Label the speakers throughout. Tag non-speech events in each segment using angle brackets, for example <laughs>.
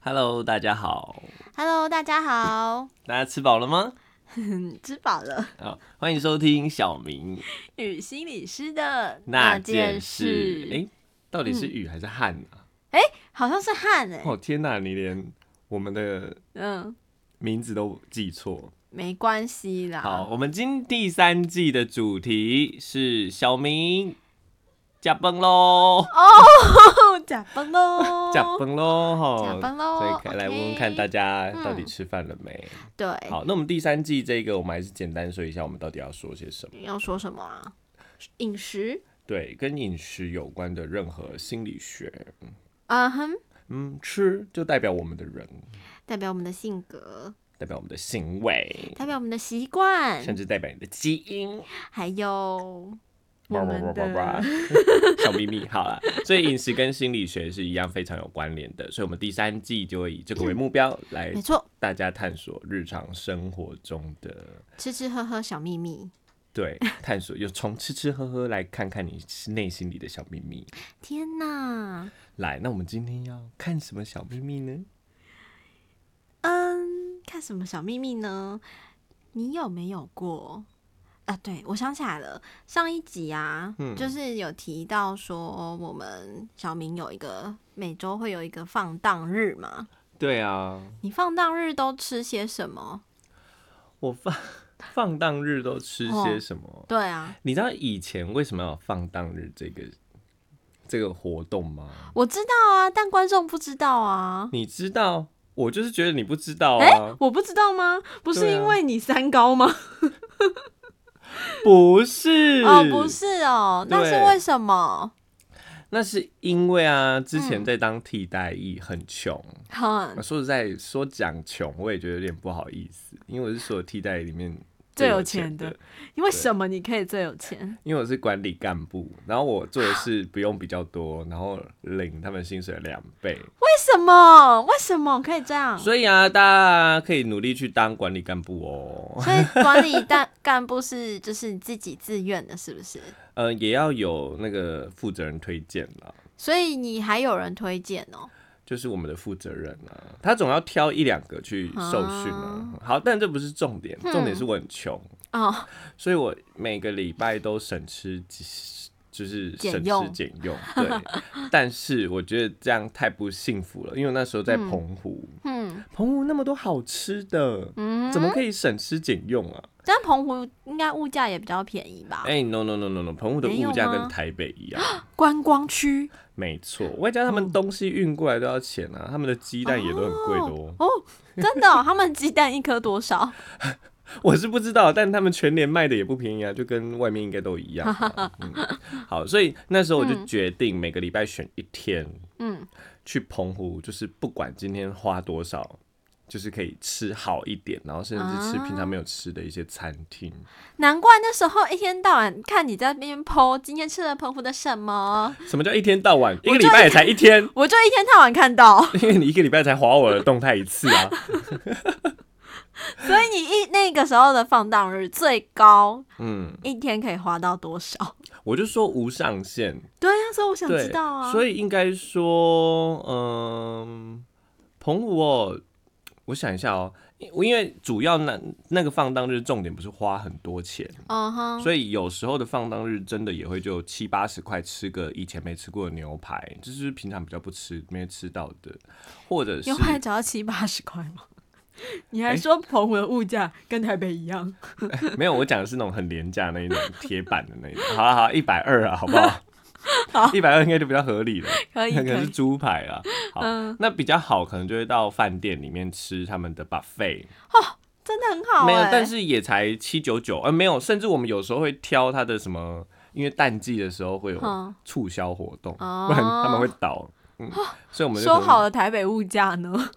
Speaker 1: Hello，大家好，
Speaker 2: Hello，大家好，
Speaker 1: 大家吃饱了吗？
Speaker 2: 嗯吃饱了。
Speaker 1: 啊、欢迎收听小明
Speaker 2: <laughs> 与心理师的
Speaker 1: 那件事。哎、
Speaker 2: 哎、
Speaker 1: 到底是雨还是旱啊？
Speaker 2: 好像是汗哎、
Speaker 1: 哦天哪，你连我们的
Speaker 2: 嗯，
Speaker 1: 名字都记错。
Speaker 2: 没关系啦。
Speaker 1: 好，，我们今第三季的主题是小明加崩喽，
Speaker 2: <laughs> 假
Speaker 1: <laughs>
Speaker 2: 崩喽，
Speaker 1: 加崩喽，哈，
Speaker 2: 加班咯
Speaker 1: 所以可以来
Speaker 2: OK
Speaker 1: 问问看大家
Speaker 2: 嗯
Speaker 1: 到底吃饭了没？
Speaker 2: 对，
Speaker 1: 好，那我们第三季这个，我们还是简单说一下，我们到底要说些什么。
Speaker 2: 要说什么啊？饮食，
Speaker 1: 对，跟饮食有关的任何心理学，
Speaker 2: 嗯哼，
Speaker 1: 嗯，吃就代表我们的人，
Speaker 2: 代表我们的性格，
Speaker 1: 代表我们的行为，
Speaker 2: 代表我们的习惯，
Speaker 1: 甚至代表你的基因。
Speaker 2: 还有
Speaker 1: 哇哇
Speaker 2: 我
Speaker 1: 哇
Speaker 2: 们
Speaker 1: 哇哇
Speaker 2: <laughs> 的
Speaker 1: 小秘密，好了，所以饮食跟心理学是一样非常有关联的，所以我们第三季就会以这个为目标来
Speaker 2: 没错，
Speaker 1: 大家探索日常生活中的
Speaker 2: 吃吃喝喝小秘密。
Speaker 1: 对探索，又从吃吃喝喝来看看你内心里的小秘密。
Speaker 2: 天哪，
Speaker 1: 来，那我们今天要看什么小秘密呢？
Speaker 2: 嗯，看什么小秘密呢？你有没有过？啊，对，我想起来了，上一集啊，
Speaker 1: 嗯
Speaker 2: 就是有提到说我们小明有一个每周会有一个放荡日嘛。
Speaker 1: 对啊，
Speaker 2: 你放荡日都吃些什么？
Speaker 1: 我放 <laughs> 放荡日都吃些
Speaker 2: 哦
Speaker 1: 什么？
Speaker 2: 对啊，
Speaker 1: 你知道以前为什么要有放荡日这个这个活动吗？
Speaker 2: 我知道啊，但观众不知道啊。
Speaker 1: 你知道，我就是觉得你不知道
Speaker 2: 哎、
Speaker 1: 啊，
Speaker 2: 我不知道吗？不是
Speaker 1: 对啊
Speaker 2: 因为你三高吗？
Speaker 1: 不是
Speaker 2: 哦，不，是哦，那是
Speaker 1: 对
Speaker 2: 为什么？ <laughs>
Speaker 1: 那是因为啊，之前
Speaker 2: 嗯
Speaker 1: 在当替代役很穷、
Speaker 2: 哼，
Speaker 1: 说实在，说讲穷我也觉得有点不好意思，因为我是所有替代役里面
Speaker 2: 最有
Speaker 1: 有
Speaker 2: 钱
Speaker 1: 的
Speaker 2: 的，因为什么你可以最有钱？
Speaker 1: 因为我是管理干部，然后我做的事不用比较多，然后领他们薪水的两倍。
Speaker 2: 为什么？为什么可以这样？
Speaker 1: 所以啊，大家可以努力去当管理干部哦。
Speaker 2: 所以管理干 <laughs> 干部是就是自己自愿的，是不是？
Speaker 1: 呃，也要有那个负责人推荐啦，
Speaker 2: 所以你还有人推荐哦、
Speaker 1: 就是我们的负责人啊，他总要挑一两个去受训啊。好，但这不是重点，重点是我很穷，
Speaker 2: 哦，
Speaker 1: 所以我每个礼拜都省吃几就是省
Speaker 2: 俭
Speaker 1: 吃
Speaker 2: 用
Speaker 1: 俭用。对， <laughs> 但是我觉得这样太不幸福了，因为我那时候在澎湖，
Speaker 2: 嗯
Speaker 1: 澎湖那么多好吃的，
Speaker 2: 嗯，
Speaker 1: 怎么可以省吃俭用啊？
Speaker 2: 但澎湖应该物价也比较便宜吧？
Speaker 1: 哎、n o no no no no，澎湖的
Speaker 2: 没有
Speaker 1: 物价
Speaker 2: 吗
Speaker 1: 跟台北一样。
Speaker 2: 观光区
Speaker 1: 没错，外加他们东西运过来都要钱啊，他们的鸡蛋也都很贵的哦。
Speaker 2: 哦，真的哦、他们鸡蛋一颗多少？
Speaker 1: 我是不知道，但他们全年卖的也不便宜啊，就跟外面应该都一样啊、嗯。好，所以那时候我就决定每个礼拜选一天
Speaker 2: 嗯，
Speaker 1: 去澎湖，就是不管今天花多少，就是可以吃好一点，然后甚至吃平常没有吃的一些餐厅。
Speaker 2: 难怪那时候一天到晚看你在那边剖今天吃了澎湖的什么，
Speaker 1: 什么叫一天到晚？一
Speaker 2: 就
Speaker 1: 个礼拜也才一天， <laughs>
Speaker 2: 我就一天到晚看到。 <laughs>
Speaker 1: 因为你一个礼拜才划我的动态一次啊。
Speaker 2: 所以你一那个时候的放荡日最高
Speaker 1: 嗯，
Speaker 2: 一天可以花到多少？ <laughs>
Speaker 1: 我就说无上限，
Speaker 2: 对呀、所以我想
Speaker 1: 对，
Speaker 2: 知道啊。
Speaker 1: 所以应该说，嗯，澎湖哦，我想一下哦，因因为主要那那个放荡日重点不是花很多钱，
Speaker 2: 嗯哼，
Speaker 1: 所以有时候的放荡日真的也会就七八十块吃个以前没吃过的牛排，这就是平常比较不吃没吃到的，或者是
Speaker 2: 牛排只要七八十块 <laughs> 吗？你还
Speaker 1: 哎
Speaker 2: 说澎湖的物价跟台北一样？
Speaker 1: <laughs> 没有，我讲的是那种很廉价那一种铁板的那一种，好啊好啊，一百二啊，好不
Speaker 2: <laughs>
Speaker 1: 好？ <laughs> 一百二应该就比较合理了。
Speaker 2: 可以
Speaker 1: 那
Speaker 2: 可
Speaker 1: 可能是
Speaker 2: 以，
Speaker 1: 猪排啦。好，
Speaker 2: 嗯
Speaker 1: 那比较好，可能就会到饭店里面吃他们的 buffet，、
Speaker 2: 真的很好、欸。
Speaker 1: 没有，但是也才七九九，呃，没有，甚至我们有时候会挑它的什么，因为淡季的时候会有
Speaker 2: 嗯
Speaker 1: 促销活动，
Speaker 2: 哦
Speaker 1: 不然他们会倒。嗯，所以我们就
Speaker 2: 说
Speaker 1: 可能
Speaker 2: 好的台北物价呢？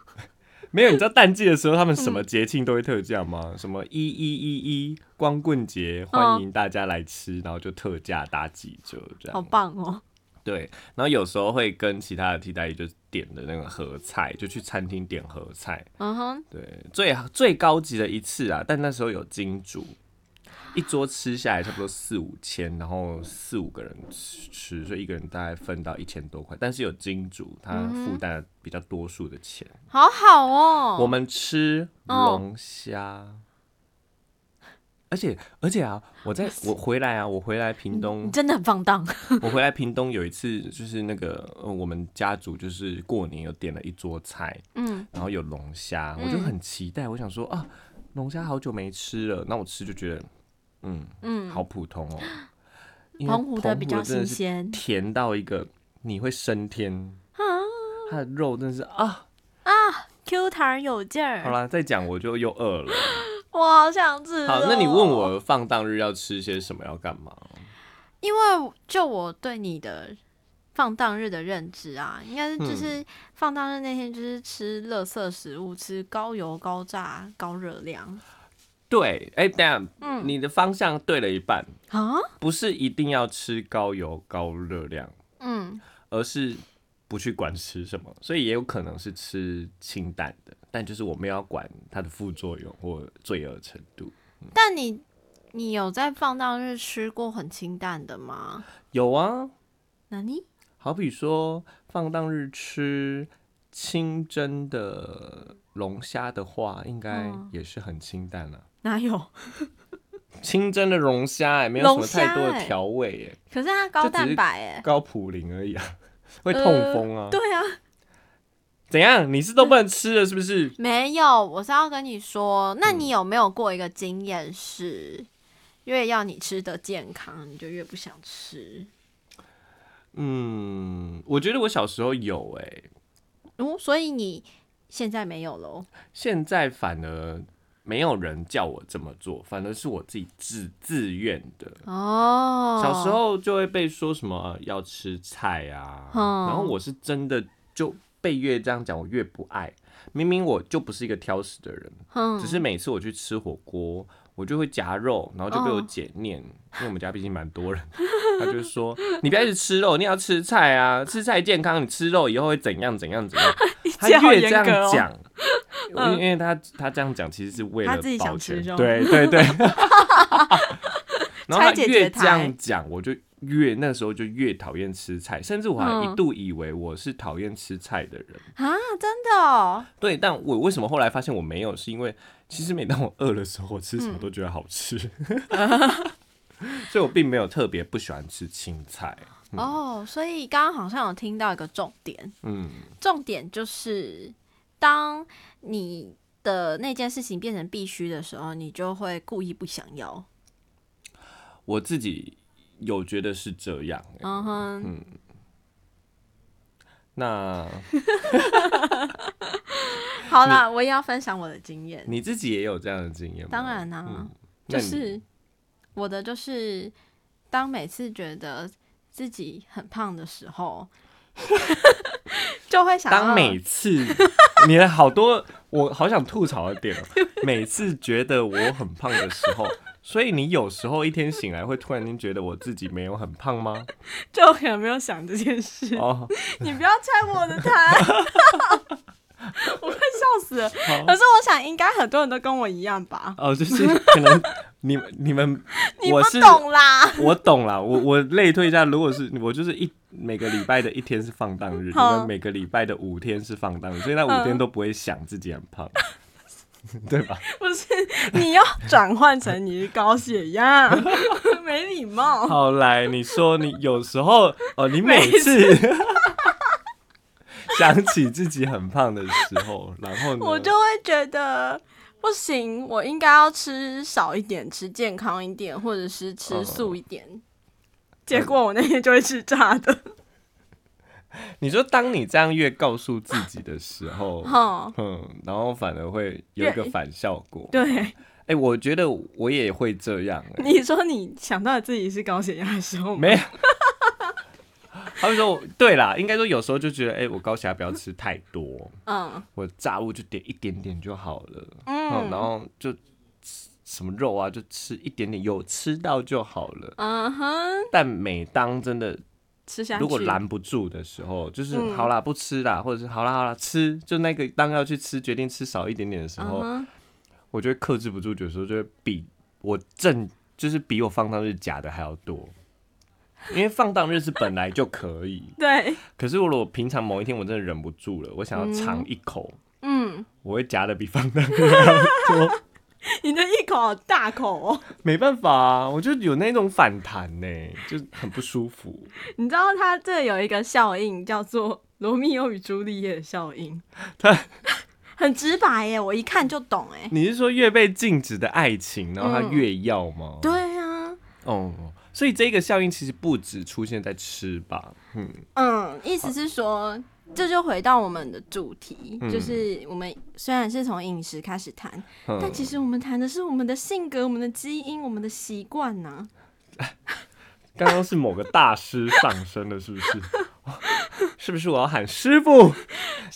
Speaker 1: 没有，你知道淡季的时候他们什么节庆都会特价
Speaker 2: 嗯
Speaker 1: 吗？什么一一一一光棍节，欢迎大家来吃，然后就特价打几折这样。
Speaker 2: 好棒哦！
Speaker 1: 对，然后有时候会跟其他的替代役就点的那个合菜，就去餐厅点合菜。
Speaker 2: 嗯哼，
Speaker 1: 对，最最高级的一次啊，但那时候有金主，一桌吃下来差不多四五千，然后四五个人吃，所以一个人大概分到一千多块，但是有金主他负担比较多数的钱。
Speaker 2: 好好哦。
Speaker 1: 我们吃龙虾，而且而且啊，我在我回来啊，我回来屏东
Speaker 2: 你，真的很放荡，
Speaker 1: 我回来屏东有一次，就是那个、呃、我们家族就是过年有点了一桌菜，
Speaker 2: 嗯，
Speaker 1: 然后有龙虾，我就很期待，我想说啊，龙虾好久没吃了，那我吃就觉得，嗯嗯，好普通
Speaker 2: <gasps>
Speaker 1: 哦。因为
Speaker 2: 澎湖的比较
Speaker 1: 真是
Speaker 2: 新鲜啊
Speaker 1: 甜到一个你会升天，它的肉真的是啊。
Speaker 2: Q 弹有劲
Speaker 1: 好
Speaker 2: 儿，
Speaker 1: 啦，再讲我就又饿了。
Speaker 2: 我好想吃、哦
Speaker 1: 好，那你问，我放荡日要吃些什么，要干嘛？
Speaker 2: 因为就我对你的放荡日的认知啊，应该是
Speaker 1: 嗯
Speaker 2: 就是放荡日那天就是吃垃圾食物，吃高油、高炸、高热量
Speaker 1: 对，哎、等一下，
Speaker 2: 嗯
Speaker 1: 你的方向对了一半，
Speaker 2: 啊，
Speaker 1: 不是一定要吃高油高热量，
Speaker 2: 嗯，
Speaker 1: 而是不去管吃什么，所以也有可能是吃清淡的，但就是我们要管它的副作用或罪恶程度。
Speaker 2: 但你你有在放荡日吃过很清淡的吗？
Speaker 1: 有啊，
Speaker 2: 那你
Speaker 1: 好比说放荡日吃清蒸的龙虾的话，应该
Speaker 2: 嗯
Speaker 1: 也是很清淡了、
Speaker 2: <laughs> 哪有？
Speaker 1: 清蒸的龙虾哎，没有什么
Speaker 2: 龙虾
Speaker 1: 太多的
Speaker 2: 欸
Speaker 1: 调味哎、
Speaker 2: 可是它高
Speaker 1: 这只
Speaker 2: 蛋
Speaker 1: 是
Speaker 2: 白哎、
Speaker 1: 高普林而已啊， <laughs> 会痛
Speaker 2: 呃
Speaker 1: 风啊。
Speaker 2: 对啊，
Speaker 1: 怎样？你是都不能吃了是不是？
Speaker 2: 没有，我是要跟你说，那你有没有过一个经验是，越要你吃的健康，你就越不想吃？
Speaker 1: 嗯，我觉得我小时候有哎、
Speaker 2: 哦，所以你现在没有喽？
Speaker 1: 现在反而没有人叫我这么做，反而是我自己自自愿的。
Speaker 2: 哦，
Speaker 1: 小时，候就会被说什么、呃要吃菜啊，
Speaker 2: 嗯
Speaker 1: 然后我是真的就被越这样讲，我越不爱。明明我就不是一个挑食的人，
Speaker 2: 嗯
Speaker 1: 只是每次我去吃火锅，我就会夹肉，然后就被我
Speaker 2: 嗯
Speaker 1: 姐念，因为我们家毕竟蛮多人， <laughs> 她就说你不要一直吃肉，你也要吃菜啊，吃菜健康，你吃肉以后会怎样怎样怎
Speaker 2: <laughs>
Speaker 1: 样。她
Speaker 2: 姐好
Speaker 1: 越这样
Speaker 2: 严格哦 <laughs> 嗯
Speaker 1: 讲，因为因为她她这样讲其实是为了
Speaker 2: 她自己
Speaker 1: 保
Speaker 2: 想吃
Speaker 1: 全
Speaker 2: 肉
Speaker 1: 对对
Speaker 2: <laughs>
Speaker 1: 对。然后她
Speaker 2: 拆解
Speaker 1: 越
Speaker 2: 决
Speaker 1: 这
Speaker 2: 她
Speaker 1: 样讲，我就越那时候就越讨厌吃菜，甚至我还一
Speaker 2: 嗯
Speaker 1: 度以为我是讨厌吃菜的人。
Speaker 2: 啊，真的、哦，
Speaker 1: 对，但我为什么后来发现我没有，是因为其实每当我饿的时候，我吃什
Speaker 2: 嗯
Speaker 1: 么都觉得好
Speaker 2: <laughs>
Speaker 1: 吃，所以我并没有特别不喜欢吃青菜。
Speaker 2: 哦，所以刚刚好像有听到一个重点，
Speaker 1: 嗯，
Speaker 2: 重点就是当你的那件事情变成必须的时候，你就会故意不想要。
Speaker 1: 我自己有觉得是这样、欸
Speaker 2: 嗯哼，
Speaker 1: 那
Speaker 2: 好啦，我也要分享我的经验。
Speaker 1: 你自己也有这样的经验吗？
Speaker 2: 当然啦、啊
Speaker 1: 那
Speaker 2: 就
Speaker 1: 你，
Speaker 2: 是我的就是，当每次觉得自己很胖的时候，就会想要
Speaker 1: 当每次你的好多，我好想吐槽的点哦、每次觉得我很胖的时候。所以你有时候一天醒来会突然间觉得我自己没有很胖吗？
Speaker 2: 就可能没有想这件事。
Speaker 1: 哦，
Speaker 2: 你不要拆我的台， <laughs> 我快笑死了。可是我想，应该很多人都跟我一样吧？
Speaker 1: 哦，就是可能你
Speaker 2: <laughs>
Speaker 1: 们你们，
Speaker 2: 你
Speaker 1: 我
Speaker 2: 不
Speaker 1: 是
Speaker 2: 懂
Speaker 1: <laughs>
Speaker 2: 啦。
Speaker 1: 我懂了，我我类推一下，如果是我就是一每个礼拜的一天是放荡日，你
Speaker 2: 好
Speaker 1: 们每个礼拜的五天是放荡日，所以那五天都不会想自己很
Speaker 2: <laughs>
Speaker 1: 胖，对吧？
Speaker 2: 不是，你要转换成你是高血压， <laughs> 没礼
Speaker 1: <laughs>
Speaker 2: 貌。
Speaker 1: 后来你说你有时候哦，你每次 <laughs> 想起自己很胖的时候，然后呢，
Speaker 2: 我就会觉得不行，我应该要吃少一点，吃健康一点，或者是吃素一点。
Speaker 1: 哦
Speaker 2: 结果我那天就会吃炸的，，
Speaker 1: <laughs> 你说当你这样越告诉自己的时候
Speaker 2: 哈，
Speaker 1: 嗯，然后反而会有一个
Speaker 2: 越
Speaker 1: 反效果，
Speaker 2: 对，
Speaker 1: 哎、我觉得我也会这样、欸，
Speaker 2: 你说你想到自己是高血压的时候吗，
Speaker 1: 没有。 <laughs> 他们说我，对啦，应该说有时候就觉得，哎、我高血压不要吃太多，
Speaker 2: 嗯
Speaker 1: 我炸物就点一点点就好了，嗯，然
Speaker 2: 嗯
Speaker 1: 后就吃什么肉啊，就吃一点点，有吃到就好了。
Speaker 2: 嗯哼，
Speaker 1: 但每当真的
Speaker 2: 吃下去。
Speaker 1: 如果拦不住的时候，就是
Speaker 2: 嗯
Speaker 1: 好啦，不吃啦，或者是好啦好啦，吃，就那个当要去吃，决定吃少一点点的时
Speaker 2: 嗯
Speaker 1: 候，
Speaker 2: 哼，
Speaker 1: 我就会克制不住，有时候就会比我正就是比我放荡日假的还要多，因为放荡日是本来就可以，
Speaker 2: <laughs> 对，
Speaker 1: 可是我如果平常某一天我真的忍不住了，我想要尝一口，
Speaker 2: 嗯，
Speaker 1: 我会夹的比放荡日还要多，
Speaker 2: 你的一口好大口哦， <laughs>
Speaker 1: 没办法啊，我就有那种反弹呢、就很不舒服。
Speaker 2: 你知道它这有一个效应叫做《罗密欧与朱丽叶》的效 <laughs> 应，
Speaker 1: 它
Speaker 2: 很直白耶，我一看就懂哎。
Speaker 1: 你是说越被禁止的爱情，然后它越要吗？
Speaker 2: 对啊，
Speaker 1: 哦，所以这个效应其实不止出现在吃吧，嗯，
Speaker 2: 嗯，意思是说，这就回到我们的主题，就是我们虽然是从饮食开始谈，
Speaker 1: 嗯
Speaker 2: 但其实我们谈的是我们的性格、我们的基因、我们的习惯呐。
Speaker 1: 刚刚是某个大师上身了，是不
Speaker 2: <laughs>
Speaker 1: 是？是不是我要喊师傅？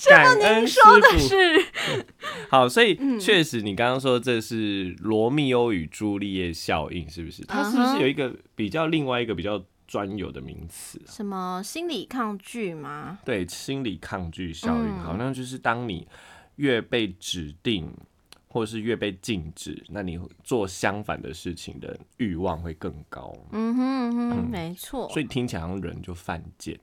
Speaker 1: 感恩
Speaker 2: 您
Speaker 1: 师
Speaker 2: 说的
Speaker 1: 傅。
Speaker 2: 是，嗯
Speaker 1: 好，所以确实你刚刚说这是罗密欧与朱丽叶效应，是不是？它是不
Speaker 2: 嗯
Speaker 1: 是
Speaker 2: 哼
Speaker 1: 有一个比较另外一个比较专有的名词啊？
Speaker 2: <laughs> 什么心理抗拒吗？
Speaker 1: 对，心理抗拒效应，
Speaker 2: 嗯
Speaker 1: 好像就是当你越被指定，或是越被禁止，那你做相反的事情的欲望会更高，
Speaker 2: 嗯哼嗯哼，没错。
Speaker 1: 所以听起来好像人就犯贱。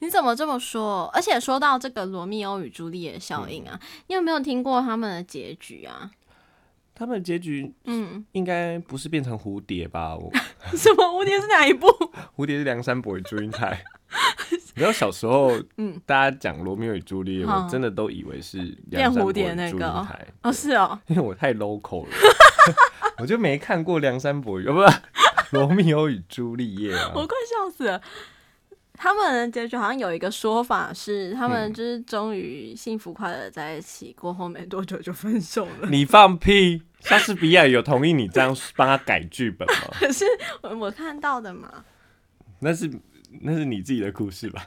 Speaker 2: 你怎么这么说？而且说到这个罗密欧与朱丽叶效应啊，
Speaker 1: 嗯
Speaker 2: 你有没有听过他们的结局啊？ <laughs>
Speaker 1: 他们结局
Speaker 2: 嗯，
Speaker 1: 应该不是变成蝴蝶吧？我 <laughs>
Speaker 2: 什么蝴蝶是哪一部？
Speaker 1: 蝴蝶是梁山伯与祝英台。 <laughs> 你知道小时候，
Speaker 2: 嗯
Speaker 1: 大家讲罗密欧与朱丽叶，我
Speaker 2: 嗯
Speaker 1: 真的都以为是
Speaker 2: 变
Speaker 1: 梁山伯
Speaker 2: 蝴
Speaker 1: 与
Speaker 2: 蝶那
Speaker 1: 祝
Speaker 2: 个
Speaker 1: 英
Speaker 2: 哦
Speaker 1: 台，
Speaker 2: 哦，是哦，
Speaker 1: <laughs> 因为我太 local 了， <laughs> 我就没看过梁山伯与，哦不是 <laughs> 罗密欧与朱丽叶啊。
Speaker 2: 我快笑死了。他们的结局好像有一个说法是，他们
Speaker 1: 嗯
Speaker 2: 就是终于幸福快乐在一起，过后没多久就分手了。 <laughs>
Speaker 1: 你放屁！莎士比亚有同意你这样帮他改剧本吗？ <laughs>
Speaker 2: 可是我我看到的嘛，
Speaker 1: 那是那是你自己的故事吧。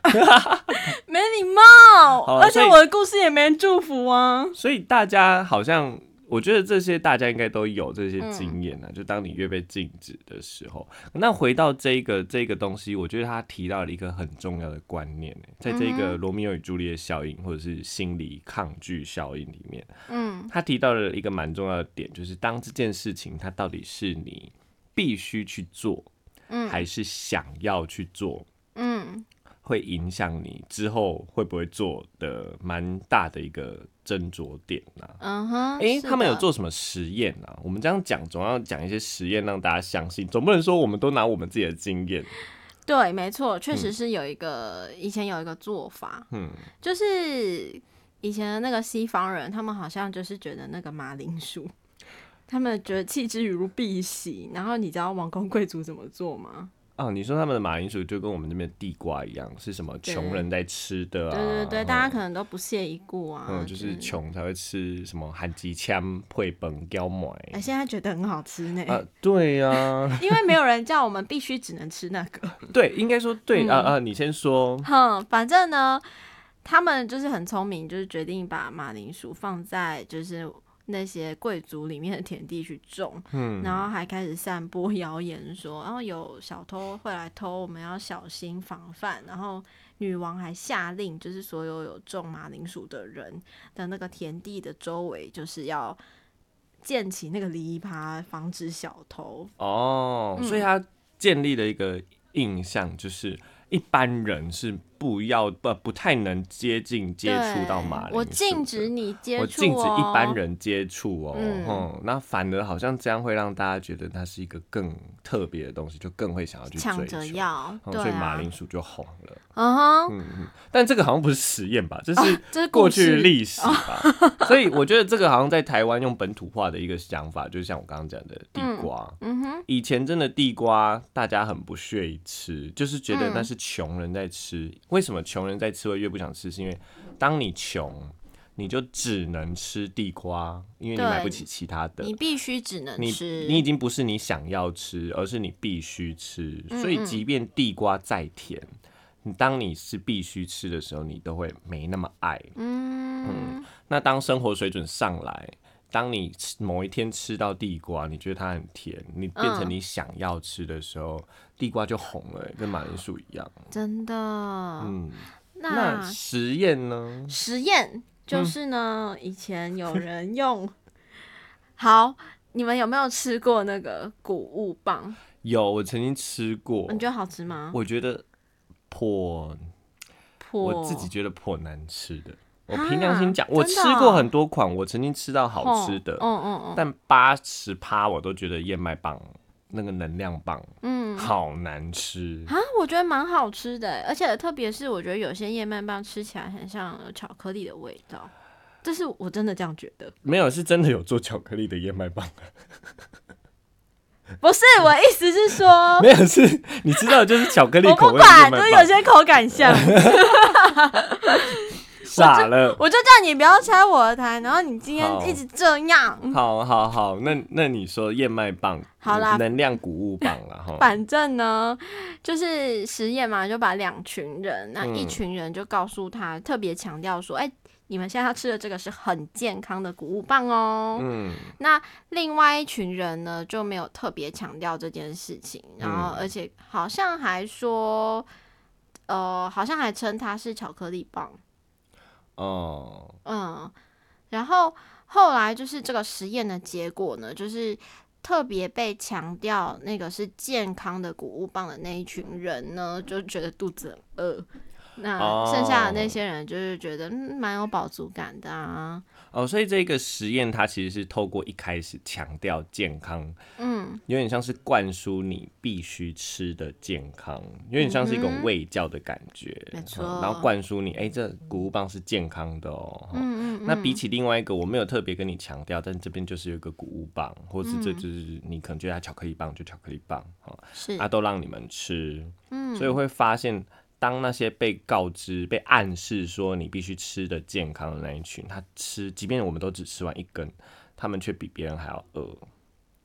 Speaker 2: 没礼貌，
Speaker 1: 好
Speaker 2: 而
Speaker 1: 所
Speaker 2: 且
Speaker 1: 以
Speaker 2: 我的故事也没人祝福啊。
Speaker 1: 所以大家好像，我觉得这些大家应该都有这些经验
Speaker 2: 嗯
Speaker 1: 啊。就当你越被禁止的时候，那回到这个这个东西，我觉得他提到了一个很重要的观念欸、在这
Speaker 2: 嗯
Speaker 1: 个罗密欧与朱丽叶效应或者是心理抗拒效应里面，
Speaker 2: 嗯
Speaker 1: 他提到了一个蛮重要的点，就是当这件事情它到底是你必须去做，
Speaker 2: 嗯
Speaker 1: 还是想要去做，
Speaker 2: 嗯
Speaker 1: 会影响你之后会不会做的蛮大的一个斟酌点呐、啊。
Speaker 2: 嗯哼，
Speaker 1: 诶，
Speaker 2: 是的
Speaker 1: 他们有做什么实验啊？我们这样讲，总要讲一些实验让大家相信，总不能说我们都拿我们自己的经验。
Speaker 2: 对，没错，确实是有一个、以前有一个做法，
Speaker 1: 嗯，
Speaker 2: 就是以前的那个西方人，他们好像就是觉得那个马铃薯，他们觉得弃之如敝屣。然后你知道王公贵族怎么做吗？
Speaker 1: 哦，你说他们的马铃薯就跟我们这边的地瓜一样，是什么
Speaker 2: 对
Speaker 1: 穷人在吃的啊？
Speaker 2: 对对对，
Speaker 1: 哦
Speaker 2: 大家可能都不屑一顾啊。
Speaker 1: 嗯，就是
Speaker 2: 是
Speaker 1: 穷才会吃什么韩吉枪、配本、胶麦
Speaker 2: 哎、现在觉得很好吃呢，
Speaker 1: 啊，对呀、
Speaker 2: <laughs> 因为没有人叫我们必须只能吃那个。
Speaker 1: 对，应该说
Speaker 2: 嗯
Speaker 1: 对啊啊，你先说，
Speaker 2: 哼，反正呢，他们就是很聪明，就是决定把马铃薯放在就是那些贵族里面的田地去种，
Speaker 1: 嗯，
Speaker 2: 然后还开始散播谣言说，然后有小偷会来偷，我们要小心防范。然后女王还下令，就是所有有种马铃薯的人的那个田地的周围，就是要。建起那个篱笆，防止小偷。嗯
Speaker 1: 哦，所以他建立了一个印象，就是一般人是不要不不太能接近接触到
Speaker 2: 对
Speaker 1: 马铃薯的，
Speaker 2: 我禁止你接触、哦，
Speaker 1: 我禁止一般人接触哦，
Speaker 2: 嗯
Speaker 1: 嗯，那反而好像这样会让大家觉得它是一个更特别的东西，就更会想要去
Speaker 2: 抢
Speaker 1: 追
Speaker 2: 着
Speaker 1: 求。
Speaker 2: 要，
Speaker 1: 嗯
Speaker 2: 对、啊，
Speaker 1: 所以马铃薯就红了，
Speaker 2: 嗯哼，
Speaker 1: 嗯嗯，但这个好像不是实验吧？这是
Speaker 2: 这是
Speaker 1: <laughs> 过
Speaker 2: 哦故
Speaker 1: 去
Speaker 2: 事哦
Speaker 1: 历史吧，所以我觉得这个好像在台湾用本土化的一个想法，就像我刚刚讲的地瓜。
Speaker 2: 嗯哼，
Speaker 1: 以前真的地瓜大家很不屑于吃，就是觉得那是穷人在吃。为什么穷人在吃会越不想吃？是因为当你穷，你就只能吃地瓜，因为你
Speaker 2: 对
Speaker 1: 买不起其他的。
Speaker 2: 你必须只能
Speaker 1: 你
Speaker 2: 吃，
Speaker 1: 你已经不是你想要吃，而是你必须吃。所以即便地瓜再甜，你当你是必须吃的时候，你都会没那么爱。
Speaker 2: 嗯
Speaker 1: 那当生活水准上来，当你吃某一天吃到地瓜，你觉得它很甜，你变成你想要吃的时候，地瓜就红了、跟马铃薯一样。
Speaker 2: 真的，哦
Speaker 1: 嗯，那
Speaker 2: 那
Speaker 1: 实验呢？嗯
Speaker 2: 实验就是呢，以前有人用，好，你们有没有吃过那个谷物棒？
Speaker 1: 有，我曾经吃过
Speaker 2: 你，觉得好吃吗？
Speaker 1: 我觉得颇，
Speaker 2: 破
Speaker 1: 我自己觉得颇难吃的。我
Speaker 2: 啊
Speaker 1: 凭良心讲，我
Speaker 2: 真
Speaker 1: 吃
Speaker 2: 的
Speaker 1: 过
Speaker 2: 哦
Speaker 1: 很多款，我曾经吃到好吃的，
Speaker 2: 嗯嗯嗯，
Speaker 1: 但八十趴我都觉得燕麦棒那个能量棒，嗯，好难吃。
Speaker 2: 啊，我觉得蛮好吃的，欸而且特别是我觉得有些燕麦棒吃起来很像有巧克力的味道，这是我真的这样觉得。
Speaker 1: 没有，是真的有做巧克力的燕麦棒，，
Speaker 2: 不是我意思是说
Speaker 1: 没有是，你知道就是巧 <laughs> 克力
Speaker 2: <laughs> 我
Speaker 1: 口
Speaker 2: 不
Speaker 1: 味的燕
Speaker 2: 管，就
Speaker 1: 麦
Speaker 2: 是有
Speaker 1: 棒，
Speaker 2: 些口
Speaker 1: <laughs>
Speaker 2: 感像，
Speaker 1: 傻了。
Speaker 2: 我就叫你不要拆我的台，然后你今
Speaker 1: 好
Speaker 2: 天一直这样，
Speaker 1: 好好好，那那你说燕麦棒，
Speaker 2: 好啦
Speaker 1: 能量谷物棒啦。哈，
Speaker 2: 反正呢，就是实验嘛，就把两群人，那
Speaker 1: 嗯
Speaker 2: 一群人就告诉他，特别强调说，哎、你们现在要吃的这个是很健康的谷物棒哦。
Speaker 1: 嗯，
Speaker 2: 那另外一群人呢，就没有特别强调这件事情，然后
Speaker 1: 嗯
Speaker 2: 而且好像还说，呃，好像还称它是巧克力棒，
Speaker 1: 哦，
Speaker 2: 嗯，然后后来就是这个实验的结果呢，就是特别被强调那个是健康的谷物棒的那一群人呢，就觉得肚子很饿。那剩下的那些人就是觉得嗯蛮有饱足感的啊，
Speaker 1: 哦，所以这个实验它其实是透过一开始强调健康，嗯，有点像是灌输你必须吃的健康，有点像是一
Speaker 2: 嗯
Speaker 1: 种喂教的感觉，
Speaker 2: 没
Speaker 1: 嗯
Speaker 2: 错
Speaker 1: 然后灌输你，哎、这谷物棒是健康的哦。嗯嗯那比起另外一个，我没有特别跟你强调，但这边就是有一个谷物棒，或是
Speaker 2: 嗯
Speaker 1: 这就是你可能觉得它巧克力棒就巧克力棒，哈、
Speaker 2: 是
Speaker 1: 啊，都让你们吃，
Speaker 2: 嗯
Speaker 1: 所以会发现，当那些被告知、被暗示说你必须吃的健康的那一群，他吃，即便我们都只吃完一根，他们却比别人还要饿，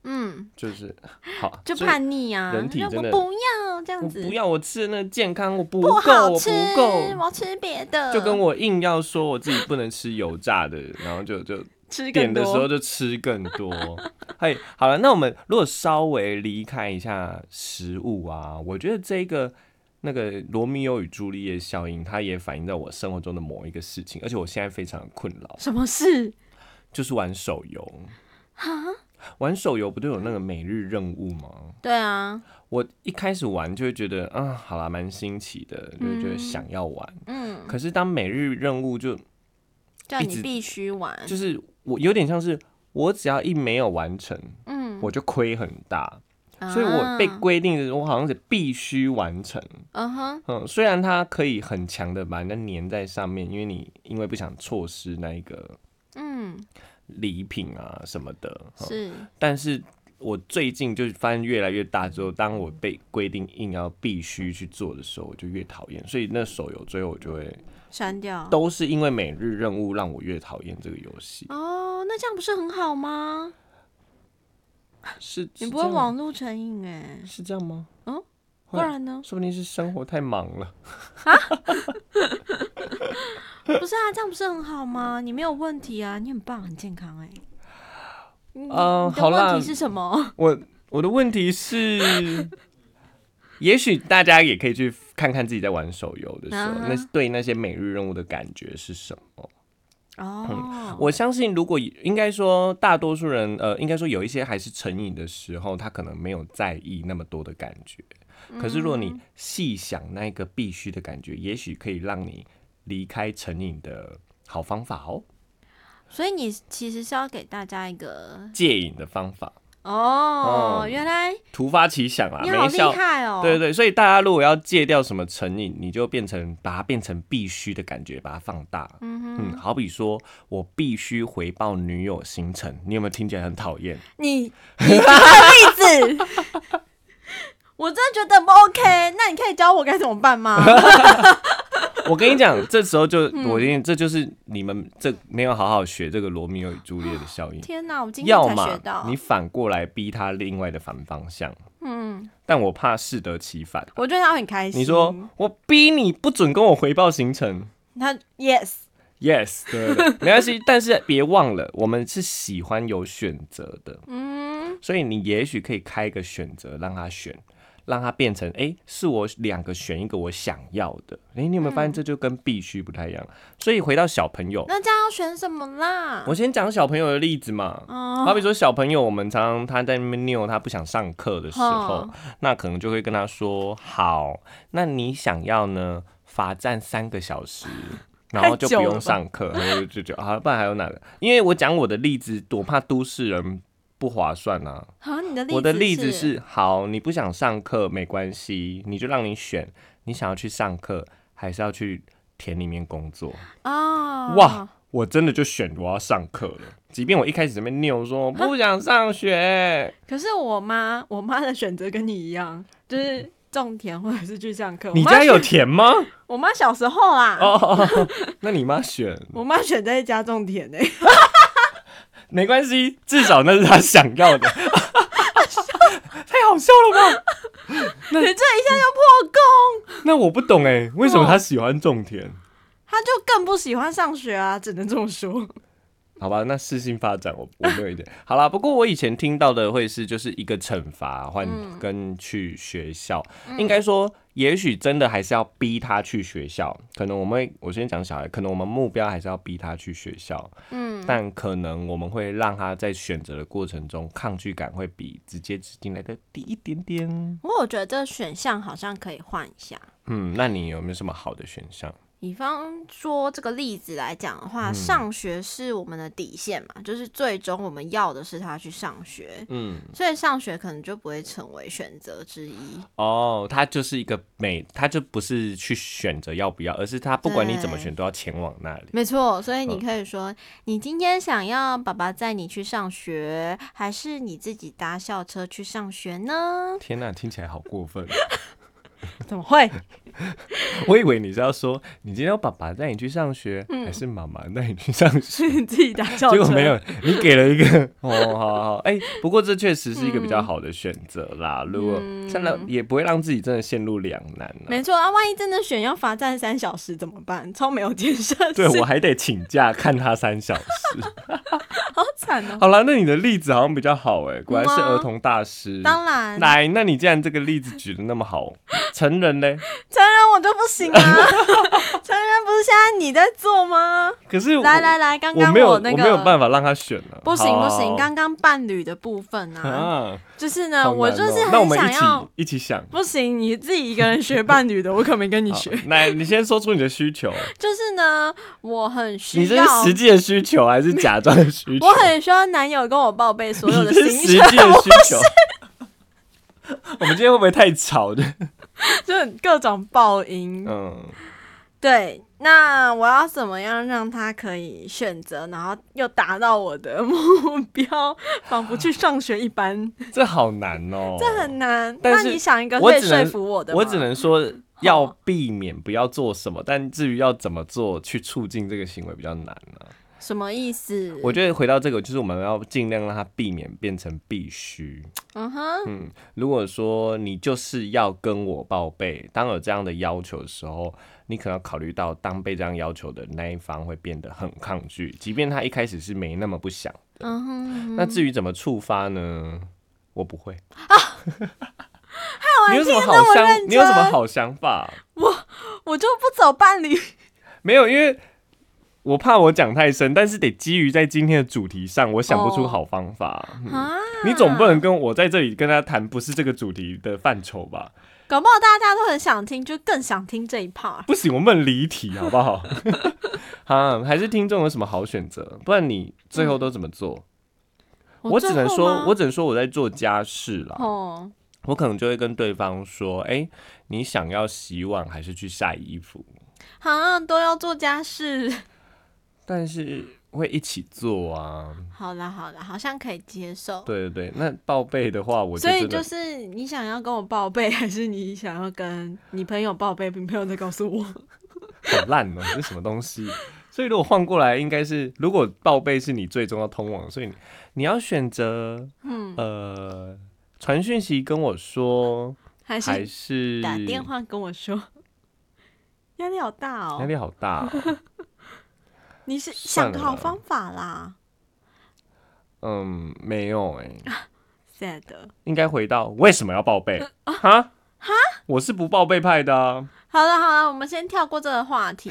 Speaker 2: 嗯，
Speaker 1: 就是好，
Speaker 2: 就
Speaker 1: 所以
Speaker 2: 叛逆啊，
Speaker 1: 人体
Speaker 2: 就
Speaker 1: 真
Speaker 2: 我
Speaker 1: 的
Speaker 2: 不要这样
Speaker 1: 我
Speaker 2: 子，
Speaker 1: 不要我吃的那个健康，我不
Speaker 2: 不
Speaker 1: 够，
Speaker 2: 好
Speaker 1: 我
Speaker 2: 吃，
Speaker 1: 不够，
Speaker 2: 我要吃别的，
Speaker 1: 就跟我硬要说我自己不能吃油炸的，然后就就
Speaker 2: 吃
Speaker 1: 点
Speaker 2: 更
Speaker 1: 的时候
Speaker 2: 多，
Speaker 1: 就吃更多。嘿，好了，那我们如果稍微离开一下食物啊，我觉得这个那个罗密欧与朱丽叶效应，它也反映在我生活中的某一个事情，而且我现在非常的困扰，
Speaker 2: 什么事？
Speaker 1: 就是玩手游。玩手游不都有那个每日任务吗？
Speaker 2: 对啊，
Speaker 1: 我一开始玩就会觉得，啊，好啦，蛮新奇的，就会觉得想要玩。
Speaker 2: 嗯，
Speaker 1: 可是当每日任务就
Speaker 2: 叫
Speaker 1: 一
Speaker 2: 你
Speaker 1: 直
Speaker 2: 必须玩，
Speaker 1: 就是我有点像是我只要一没有完成，
Speaker 2: 嗯，
Speaker 1: 我就亏很大。所以我被
Speaker 2: 啊
Speaker 1: 规定的，我好像是必须完成。
Speaker 2: 嗯哼，
Speaker 1: 嗯，虽然它可以很强的把人家粘在上面，因为你因为不想错失那一个
Speaker 2: 嗯，
Speaker 1: 礼品啊什么的，嗯
Speaker 2: 是。
Speaker 1: 但是我最近就是发现越来越大之后，当我被规定硬要必须去做的时候，我就越讨厌。所以那手游最后我就会
Speaker 2: 删掉。
Speaker 1: 都是因为每日任务让我越讨厌这个游戏。
Speaker 2: 哦，那这样不是很好吗？
Speaker 1: 是
Speaker 2: 你
Speaker 1: 是
Speaker 2: 不会
Speaker 1: 这样
Speaker 2: 网络成瘾哎、
Speaker 1: 是这样吗？
Speaker 2: 不然呢？
Speaker 1: 说不定是生活太忙了。
Speaker 2: 不是啊，这样不是很好吗？你没有问题啊，你很棒，很健康哎、
Speaker 1: 嗯
Speaker 2: 你你的
Speaker 1: 好啦
Speaker 2: 问题是什么？
Speaker 1: 我我的问题
Speaker 2: <laughs>
Speaker 1: 是，也许大家也可以去看看自己在玩手游的时候，
Speaker 2: 啊哈
Speaker 1: 那对那些每日任务的感觉是什么？
Speaker 2: 哦，
Speaker 1: 嗯我相信，如果应该说大多数人，呃，应该说有一些还是成瘾的时候，他可能没有在意那么多的感觉。
Speaker 2: 嗯
Speaker 1: 可是，如果你细想那个必须的感觉，也许可以让你离开成瘾的好方法哦，
Speaker 2: 所以你其实是要给大家一个
Speaker 1: 戒瘾的方法。
Speaker 2: 哦，
Speaker 1: 嗯
Speaker 2: 原来
Speaker 1: 突发奇想啊，
Speaker 2: 你好
Speaker 1: 没
Speaker 2: 厉
Speaker 1: 效，
Speaker 2: 害哦。
Speaker 1: 对对，所以大家如果要戒掉什么成瘾，你就变成把它变成必须的感觉，把它放大。嗯好比说我必须回报女友行程，你有没有听起来很讨厌？
Speaker 2: 你你举个例子， <laughs> 我真的觉得不 OK。那你可以教我该怎么办吗？
Speaker 1: <laughs> 我跟你讲，这时候就我跟你，
Speaker 2: 嗯
Speaker 1: 这就是你们这没有好好学这个罗密欧与朱丽叶的效应。
Speaker 2: 天哪，我今天
Speaker 1: 要
Speaker 2: 嗯才学
Speaker 1: 么
Speaker 2: 到
Speaker 1: 你。反过来逼他另外的反方向，
Speaker 2: 嗯，
Speaker 1: 但我怕适得其反。
Speaker 2: 我觉得他很开心。
Speaker 1: 你说我逼你不准跟我回报行程，
Speaker 2: 他 yes，
Speaker 1: Yes，对对对，没关系。但是别忘了，我们是喜欢有选择的，
Speaker 2: 嗯，
Speaker 1: 所以你也许可以开一个选择让他选，让它变成哎、诶是我两个选一个我想要的。哎、你有没有发现这就跟必须不太一样？所以回到小朋友，
Speaker 2: 那这样要选什么啦？
Speaker 1: 我先讲小朋友的例子嘛。好
Speaker 2: 哦，
Speaker 1: 比说小朋友，我们常常他在那边拗，他不想上课的时候
Speaker 2: 哦，
Speaker 1: 那可能就会跟他说：“好，那你想要呢？罚站三个小
Speaker 2: <laughs>
Speaker 1: 时，然后就不用上课。”他就就就啊，不然还有哪个？因为我讲我的例子，我怕都市人不划算啊。
Speaker 2: 好，你的例子
Speaker 1: 我的例子是：好，你不想上课没关系，你就让你选，你想要去上课还是要去田里面工作？
Speaker 2: 哦，
Speaker 1: 哇，我真的就选我要上课了。即便我一开始在那边拗说我不想上学，
Speaker 2: 可是我妈，我妈的选择跟你一样， <laughs> 就是种田或者是去上课。
Speaker 1: <laughs> 你
Speaker 2: 我妈
Speaker 1: 家有田吗？
Speaker 2: 我妈小时候啦，
Speaker 1: <laughs> 哦哦，哦那你妈选
Speaker 2: 我妈选在家种田
Speaker 1: <laughs>
Speaker 2: 欸诶、
Speaker 1: 没关系，至少那是她想要 <laughs> 的。太好笑了吧？
Speaker 2: 你这一下就破功，
Speaker 1: 那我不懂哎，为什么她喜欢种田？
Speaker 2: 她就更不喜欢上学啊，只能这么说。
Speaker 1: 好吧，那适性发展我我没有一点。好啦，不过我以前听到的会是就是一个惩罚换
Speaker 2: 嗯
Speaker 1: 跟去学校，应该说也许真的还是要逼他去学校。可能我们会我先讲小孩，可能我们目标还是要逼他去学校，
Speaker 2: 嗯，
Speaker 1: 但可能我们会让他在选择的过程中抗拒感会比直接指进来的低一点点。
Speaker 2: 不过我觉得这个选项好像可以换一下。
Speaker 1: 嗯，那你有没有什么好的选项？
Speaker 2: 比方说这个例子来讲的
Speaker 1: 嗯
Speaker 2: 话，上学是我们的底线嘛，就是最终我们要的是他去上学，
Speaker 1: 嗯，
Speaker 2: 所以上学可能就不会成为选择之一。
Speaker 1: 哦，他就是一个美，他就不是去选择要不要，而是他不管你怎么
Speaker 2: 对
Speaker 1: 选都要前往那里。
Speaker 2: <laughs> 没错，所以你
Speaker 1: 嗯
Speaker 2: 可以说，你今天想要爸爸载你去上学，还是你自己搭校车去上学呢？
Speaker 1: 天呐，听起来好过分！ <laughs>
Speaker 2: 怎么会？ <laughs>
Speaker 1: 我以为你是要说，你今天要爸爸带你去上学，
Speaker 2: 嗯
Speaker 1: 还是妈妈带你去上
Speaker 2: <laughs>
Speaker 1: 学？
Speaker 2: 是你自己搭校
Speaker 1: 结果没有，你给了一
Speaker 2: <laughs>
Speaker 1: 个哦，好好好，哎、不过这确实是一个比较好的选择啦。
Speaker 2: 嗯
Speaker 1: 如果真的也不会让自己真的陷入两难、啊。
Speaker 2: 没错啊，万一真的选要罚站三小时怎么办？超没有建设性，
Speaker 1: 对，我还得请假看他三小时。
Speaker 2: <laughs> 好惨哦。
Speaker 1: 好啦，那你的例子好像比较好哎、果然是
Speaker 2: 嗯啊
Speaker 1: 儿童大师。
Speaker 2: 当然，当
Speaker 1: 来，那你既然这个例子举的那么好，成人嘞？
Speaker 2: 然我就不行啊！ <laughs> 承认不是现在你在做吗？
Speaker 1: 可是我
Speaker 2: 来来来，刚
Speaker 1: 我
Speaker 2: 刚
Speaker 1: 没有，
Speaker 2: 那
Speaker 1: 我没有
Speaker 2: 个
Speaker 1: 办法让他选了、
Speaker 2: 不行不行，
Speaker 1: 好
Speaker 2: 刚刚伴侣的部分啊，
Speaker 1: 啊，
Speaker 2: 就是
Speaker 1: 好
Speaker 2: 呢，
Speaker 1: 难
Speaker 2: 我就是
Speaker 1: 哦那我
Speaker 2: 很
Speaker 1: 们一
Speaker 2: 想
Speaker 1: 起
Speaker 2: 要。
Speaker 1: 一起想。
Speaker 2: 不行，你自己一个人学伴侣的，我可没跟你
Speaker 1: 好
Speaker 2: 学。
Speaker 1: 那你先说出你的需 <laughs> 求，
Speaker 2: 就是呢，我很
Speaker 1: 你
Speaker 2: 需
Speaker 1: 这
Speaker 2: 要，
Speaker 1: 是实际的需求还是假装的需求？
Speaker 2: 我很需要男友跟我报备所有
Speaker 1: <laughs>
Speaker 2: 的
Speaker 1: 你这是实
Speaker 2: 行
Speaker 1: 际
Speaker 2: 程，
Speaker 1: 的需求。 <laughs> 我们今天会不会太 <laughs> 吵的？
Speaker 2: <laughs> 就很各种报音。
Speaker 1: 嗯，
Speaker 2: 对，那我要怎么样让他可以选择，然后又达到我的目标，仿佛去上学
Speaker 1: <laughs>
Speaker 2: 一般，
Speaker 1: 这好难哦。
Speaker 2: 这很难。
Speaker 1: 但
Speaker 2: 那
Speaker 1: 是
Speaker 2: 你想一个
Speaker 1: 我
Speaker 2: 可以
Speaker 1: 只
Speaker 2: 说
Speaker 1: 能
Speaker 2: 服我的吗
Speaker 1: 我只能说要避免不要做什么，但至于要怎么做去促进这个行为比较难呢、
Speaker 2: 什么意思？
Speaker 1: 我觉得回到这个，就是我们要尽量让它避免变成必须。
Speaker 2: 嗯哼，
Speaker 1: 嗯，如果说你就是要跟我报备，当有这样的要求的时候，你可能要考虑到，当被这样要求的那一方会变得很抗拒，即便他一开始是没那么不想。
Speaker 2: 嗯哼，嗯
Speaker 1: <laughs>
Speaker 2: 啊
Speaker 1: 那
Speaker 2: 哼
Speaker 1: 至于怎么触发呢？我不会。你有什么好
Speaker 2: 那么认
Speaker 1: 想？
Speaker 2: 真
Speaker 1: 你有什么好想法？
Speaker 2: 我就不走伴侣。
Speaker 1: 没有，因为我怕我讲太深，但是得基于在今天的主题上，我想不出
Speaker 2: 哦
Speaker 1: 好方法。嗯
Speaker 2: 啊，
Speaker 1: 你总不能跟我在这里跟他谈不是这个主题的范畴吧？
Speaker 2: 搞不好大家都很想听，就更想听这一 part。
Speaker 1: 不行，我们离题 <laughs> 好不好？啊，还是听众有什么好选择？不然你最后都怎么做？我只
Speaker 2: 嗯最
Speaker 1: 能
Speaker 2: 后
Speaker 1: 说
Speaker 2: 吗，
Speaker 1: 我只能说我在做家事啦。
Speaker 2: 哦，
Speaker 1: 我可能就会跟对方说：“哎、你想要洗碗还是去晒衣服？”
Speaker 2: 啊，都要做家事。 <laughs>
Speaker 1: 但是会一起做啊。
Speaker 2: 好啦好啦，好像可以接受。
Speaker 1: 对对对，那报备的话，我就
Speaker 2: 所以
Speaker 1: 真
Speaker 2: 就
Speaker 1: 的
Speaker 2: 是你想要跟我报备， <laughs> 还是你想要跟你朋友报备？你朋友再告诉我。
Speaker 1: 好烂哦、这是什么东西？所以如果换过来，应该是如果报备是你最终要通往，所以你你要选择，
Speaker 2: 嗯，
Speaker 1: 呃，传讯息跟我说，
Speaker 2: 还
Speaker 1: 还
Speaker 2: 是
Speaker 1: 是
Speaker 2: 打电？话跟我说。压力好大
Speaker 1: 压
Speaker 2: 哦！
Speaker 1: 力好大哦、
Speaker 2: <laughs> 你是
Speaker 1: 算
Speaker 2: 想个
Speaker 1: 了
Speaker 2: 好
Speaker 1: 啦
Speaker 2: 方法啦。
Speaker 1: 嗯，没有哎、
Speaker 2: sad 的。
Speaker 1: 应该回到为什么要报
Speaker 2: <laughs>
Speaker 1: 备？
Speaker 2: 啊
Speaker 1: 哈哈，我是不报备派的、啊。
Speaker 2: 好了好了，我们先跳过这个话
Speaker 1: <laughs>
Speaker 2: 题。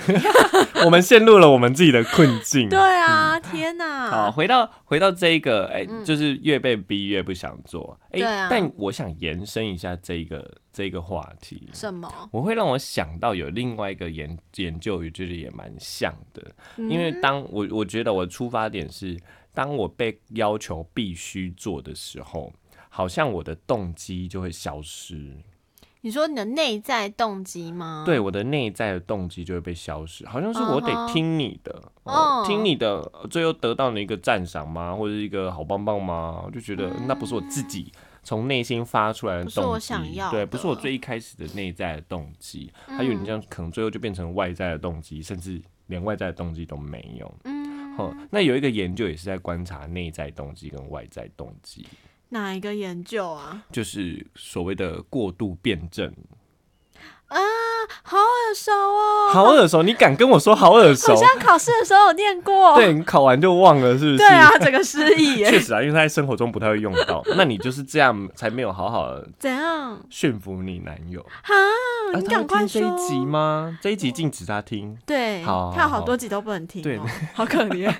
Speaker 1: 我们陷入了我们自己的困境。
Speaker 2: 对啊，
Speaker 1: <laughs> 好，
Speaker 2: 天哪！
Speaker 1: 回到回到这一个，哎、
Speaker 2: 嗯
Speaker 1: 就是越被逼越不想做。哎、
Speaker 2: 对啊
Speaker 1: 但我想延伸一下这一个这一个话题。
Speaker 2: 什么？
Speaker 1: 我会让我想到有另外一个研研究，就是也蛮像的，因为当我我觉得我的出发点是，当我被要求必须做的时候，好像我的动机就会消失，
Speaker 2: 你说你的内在动机吗？
Speaker 1: 对，我的内在的动机就会被消失，好像是我
Speaker 2: 嗯
Speaker 1: 得
Speaker 2: 哼
Speaker 1: 听你的，
Speaker 2: 哦
Speaker 1: 哦，听你的，呃最后得到你一个赞赏吗，或者一个好棒棒吗？我就觉得
Speaker 2: 嗯
Speaker 1: 那不是我自己从内心发出来的
Speaker 2: 不
Speaker 1: 动
Speaker 2: 是
Speaker 1: 机，
Speaker 2: 我想要
Speaker 1: 对，不是
Speaker 2: 的
Speaker 1: 我最一开始的内在的动机，
Speaker 2: 嗯，
Speaker 1: 还有你这样，可能最后就变成外在的动机，甚至连外在的动机都没有。
Speaker 2: 嗯，
Speaker 1: 哦，那有一个研究也是在观察内在动机跟外在动机，
Speaker 2: 哪一个研究啊？
Speaker 1: 就是所谓的过度辩证。
Speaker 2: 好耳熟哦，
Speaker 1: 好耳熟，你敢跟我说好耳熟
Speaker 2: 好？像考试的时候有念 <laughs>
Speaker 1: <laughs>
Speaker 2: 过。
Speaker 1: 对你考完就忘了是不是？
Speaker 2: 对啊，整个失忆
Speaker 1: <laughs> 确
Speaker 2: 耶。
Speaker 1: 实啊，因为他在生活中不太会用到。 <laughs> 那你就是这样才没有好好的
Speaker 2: 怎样？
Speaker 1: 驯服你男友。
Speaker 2: 哈，
Speaker 1: 啊
Speaker 2: 你
Speaker 1: 他
Speaker 2: 赶
Speaker 1: 会
Speaker 2: 快
Speaker 1: 听
Speaker 2: 说。
Speaker 1: 这一集吗？这一集禁止他听。
Speaker 2: 对，
Speaker 1: 好
Speaker 2: 他有
Speaker 1: 好
Speaker 2: 好多集都不能听、哦，
Speaker 1: 对
Speaker 2: 好可
Speaker 1: <laughs>
Speaker 2: 怜。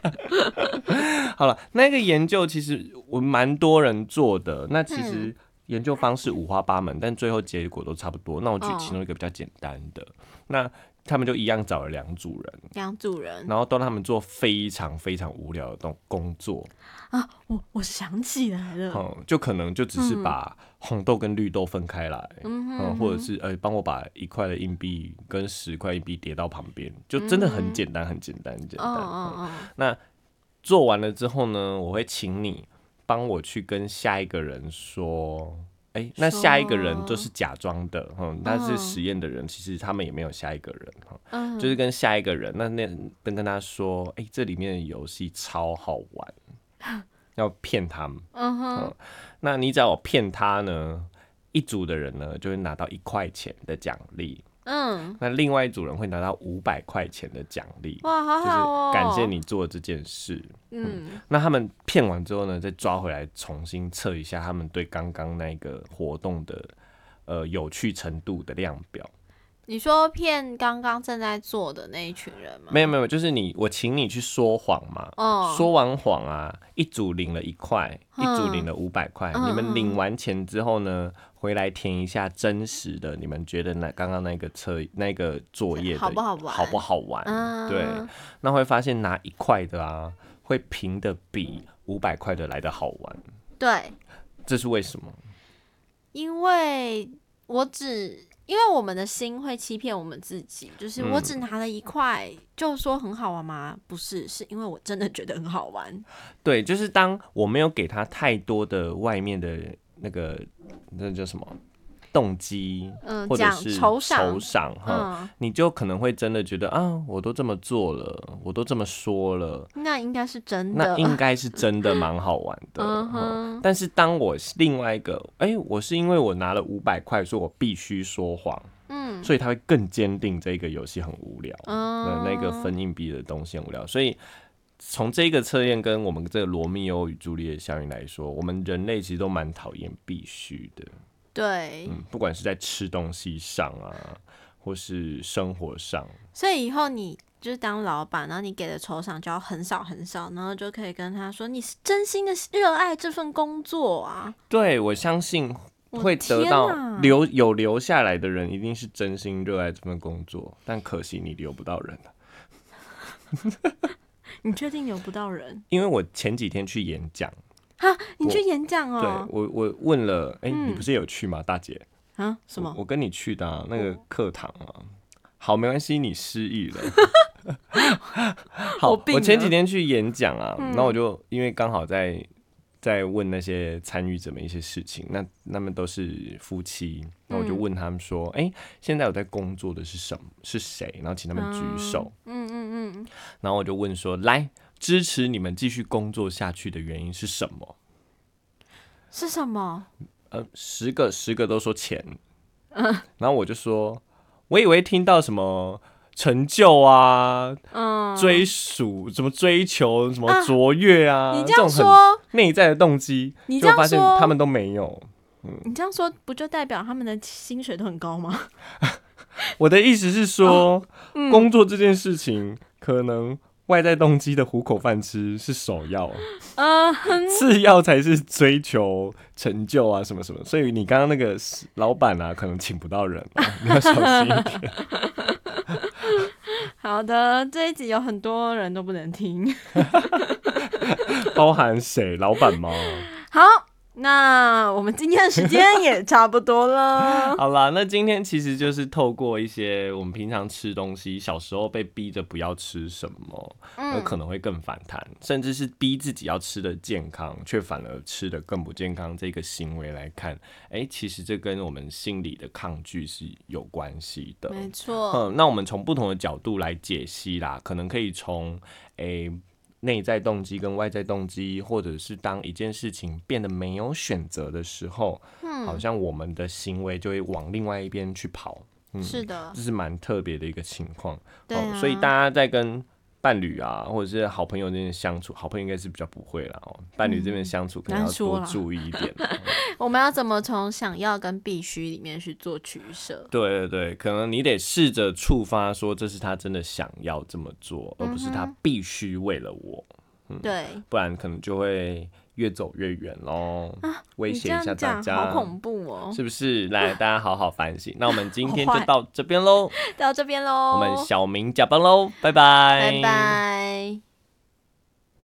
Speaker 1: 好了，那个研究其实我们蛮多人做的。那其
Speaker 2: 嗯
Speaker 1: 实研究方式五花八门，但最后结果都差不多。那我举
Speaker 2: 哦
Speaker 1: 其中一个比较简单的，那他们就一样找了两组人，
Speaker 2: 两组人
Speaker 1: 然后都让他们做非常非常无聊的动工作。
Speaker 2: 啊，我我想起来了，
Speaker 1: 嗯，就可能就只是
Speaker 2: 嗯
Speaker 1: 把红豆跟绿豆分开来，
Speaker 2: 嗯哼
Speaker 1: 嗯，或者是呃，帮我把一块的硬币跟十块硬币叠到旁边，就真的很简单，很简单，很简
Speaker 2: 嗯哦
Speaker 1: 单。
Speaker 2: 哦
Speaker 1: 嗯
Speaker 2: 哦，
Speaker 1: 做完了之后呢，我会请你帮我去跟下一个人说。哎、那
Speaker 2: 说
Speaker 1: 下一个人就是假装的，嗯，他是
Speaker 2: 嗯
Speaker 1: 实验的人，其实他们也没有下一个人，哈、
Speaker 2: 嗯，
Speaker 1: 就是跟下一个人，那那跟跟他说，哎、这里面的游戏超好
Speaker 2: <laughs>
Speaker 1: 玩，要骗他们，
Speaker 2: 嗯哼
Speaker 1: 嗯，那你只要有骗他呢，一组的人呢就会拿到一块钱的奖励，
Speaker 2: 嗯，
Speaker 1: 那另外一组人会拿到五百块钱的奖励，
Speaker 2: 哇，好
Speaker 1: 就
Speaker 2: 好哦，
Speaker 1: 是感谢，你做这件事。
Speaker 2: 嗯，
Speaker 1: 那他们骗完之后呢，再抓回来重新测一下他们对刚刚那个活动的呃有趣程度的量表。
Speaker 2: 你说骗刚刚正在做的那一群人吗？
Speaker 1: 没有没有，就是你我请你去说谎嘛，
Speaker 2: 哦，
Speaker 1: 说完谎啊，一组领了一块，一
Speaker 2: 嗯
Speaker 1: 组领了五百块。
Speaker 2: 嗯
Speaker 1: 你们领完钱之后呢，回来填一下真实的，你们觉得那刚刚那个测那个作业的
Speaker 2: 好不好玩
Speaker 1: 好不好玩？
Speaker 2: 嗯
Speaker 1: 对，那会发现拿一块的啊，会评的比五百块的来的好玩，
Speaker 2: 对，
Speaker 1: 这是为什么？
Speaker 2: 因为我只。因为我们的心会欺骗我们自己，就是我
Speaker 1: 嗯
Speaker 2: 只拿了一块，就说很好玩吗？不是，是因为我真的觉得很好玩。
Speaker 1: 对，就是当我没有给他太多的外面的那个那叫什么动机，
Speaker 2: 嗯，
Speaker 1: 或者
Speaker 2: 讲
Speaker 1: 是
Speaker 2: 酬赏
Speaker 1: 酬，赏哈。
Speaker 2: 嗯，
Speaker 1: 你就可能会真的觉得啊，我都这么做了，我都这么说了，
Speaker 2: 那应该是真
Speaker 1: 嗯那
Speaker 2: 的。 <laughs>
Speaker 1: 应该是真的蛮好玩的。
Speaker 2: 嗯
Speaker 1: 嗯
Speaker 2: 哼
Speaker 1: 但是当我另外一个，哎、我是因为我拿了五百块，所以我必须说谎，
Speaker 2: 嗯
Speaker 1: 所以他会更坚定这个游戏很无聊，
Speaker 2: 嗯，
Speaker 1: 那那个分硬币的东西很无聊，所以。从这个测验跟我们这个罗密欧与朱丽叶效应来说，我们人类其实都蛮讨厌必须的，
Speaker 2: 对，
Speaker 1: 嗯，不管是在吃东西上啊，或是生活上，
Speaker 2: 所以以后你就是当老板，然后你给的酬赏就要很少很少，然后就可以跟他说你是真心的热爱这份工作啊。
Speaker 1: 对，我相信
Speaker 2: 我
Speaker 1: 会
Speaker 2: 天
Speaker 1: 得到
Speaker 2: 哪
Speaker 1: 留有留下来的人，一定是真心热爱这份工作，但可惜你留不到人啊了。
Speaker 2: <laughs> 你确定留不到人？
Speaker 1: 因为我前几天去演讲，
Speaker 2: 哈，你
Speaker 1: 我
Speaker 2: 去演讲
Speaker 1: 对
Speaker 2: 哦？
Speaker 1: 我我问了，哎、你
Speaker 2: 嗯
Speaker 1: 不是有去吗，大姐？
Speaker 2: 啊，什么
Speaker 1: 我？？我跟你去的、啊、那个课堂啊。好，没关系，你失忆了。
Speaker 2: <laughs>
Speaker 1: 好，
Speaker 2: 我病
Speaker 1: 我前几
Speaker 2: 了
Speaker 1: 天去演讲啊，
Speaker 2: 嗯
Speaker 1: 然后我就因为刚好在在问那些参与者们一些事情，那他们都是夫妻，那我就
Speaker 2: 嗯
Speaker 1: 问他们说，哎、现在有在工作的是什么？是谁？然后请他们举手，
Speaker 2: 嗯嗯嗯，
Speaker 1: 然后我就问说，来支持你们继续工作下去的原因是什么？
Speaker 2: 是什么？
Speaker 1: 呃，十个十个都说钱，然后我就说，我以为听到什么成就啊、
Speaker 2: 嗯，
Speaker 1: 追属、什么追求、什么
Speaker 2: 啊
Speaker 1: 卓越啊，
Speaker 2: 你
Speaker 1: 这
Speaker 2: 这
Speaker 1: 种
Speaker 2: 样
Speaker 1: 很
Speaker 2: 说，
Speaker 1: 内在的动机，
Speaker 2: 你
Speaker 1: 就
Speaker 2: 这样
Speaker 1: 发现
Speaker 2: 说
Speaker 1: 他们都没有。
Speaker 2: 你这样说不就代表他们的薪水都很高吗？
Speaker 1: 我的意思是
Speaker 2: 哦
Speaker 1: 说，
Speaker 2: 嗯
Speaker 1: 工作这件事情可能。外在动机的糊口饭吃是首要，
Speaker 2: 嗯，
Speaker 1: 次要才是追求成就啊什么什么。所以你刚刚那个老板啊，可能请不到人啊、你要小心一点。
Speaker 2: 好的，这一集有很多人都不能听。
Speaker 1: <laughs> 包含谁？老板吗？。
Speaker 2: 好，那我们今天的时间也差不多了
Speaker 1: 好啦，那今天其实就是透过一些我们平常吃东西，小时候被逼着不要吃什么，有
Speaker 2: 嗯，
Speaker 1: 可能会更反弹，甚至是逼自己要吃的健康，却反而吃的更不健康这个行为来看，哎、其实这跟我们心理的抗拒是有关系的。
Speaker 2: <laughs> 没错，
Speaker 1: 嗯，那我们从不同的角度来解析啦，可能可以从诶内在动机跟外在动机，或者是当一件事情变得没有选择的时候，
Speaker 2: 嗯
Speaker 1: 好像我们的行为就会往另外一边去跑，
Speaker 2: 是的，
Speaker 1: 这是蛮特别的一个情况。
Speaker 2: 对啊
Speaker 1: 所以大家在跟伴侣啊，或者是好朋友之间相处，好朋友应该是比较不会啦哦，伴侣这边相处可能
Speaker 2: 嗯难
Speaker 1: 要
Speaker 2: 说
Speaker 1: 多
Speaker 2: 啦
Speaker 1: 注意一
Speaker 2: <laughs>
Speaker 1: 点。
Speaker 2: 我们要怎么从想要跟必须里面去做取舍？
Speaker 1: 对对对，可能你得试着触发说，这是他真的想要这么做，
Speaker 2: 嗯
Speaker 1: 而不是他必须为了我，
Speaker 2: 对，
Speaker 1: 不然可能就会越走越远喽。威
Speaker 2: 啊你
Speaker 1: 胁
Speaker 2: 这
Speaker 1: 一下
Speaker 2: 样
Speaker 1: 大
Speaker 2: 讲
Speaker 1: 家
Speaker 2: 好，恐怖哦！
Speaker 1: 是不是？来，大家好好反省。那我们今天
Speaker 2: 好
Speaker 1: 就
Speaker 2: 坏
Speaker 1: 到这边喽，
Speaker 2: 到这边喽，
Speaker 1: 我们小明加班喽，拜拜，
Speaker 2: 拜拜。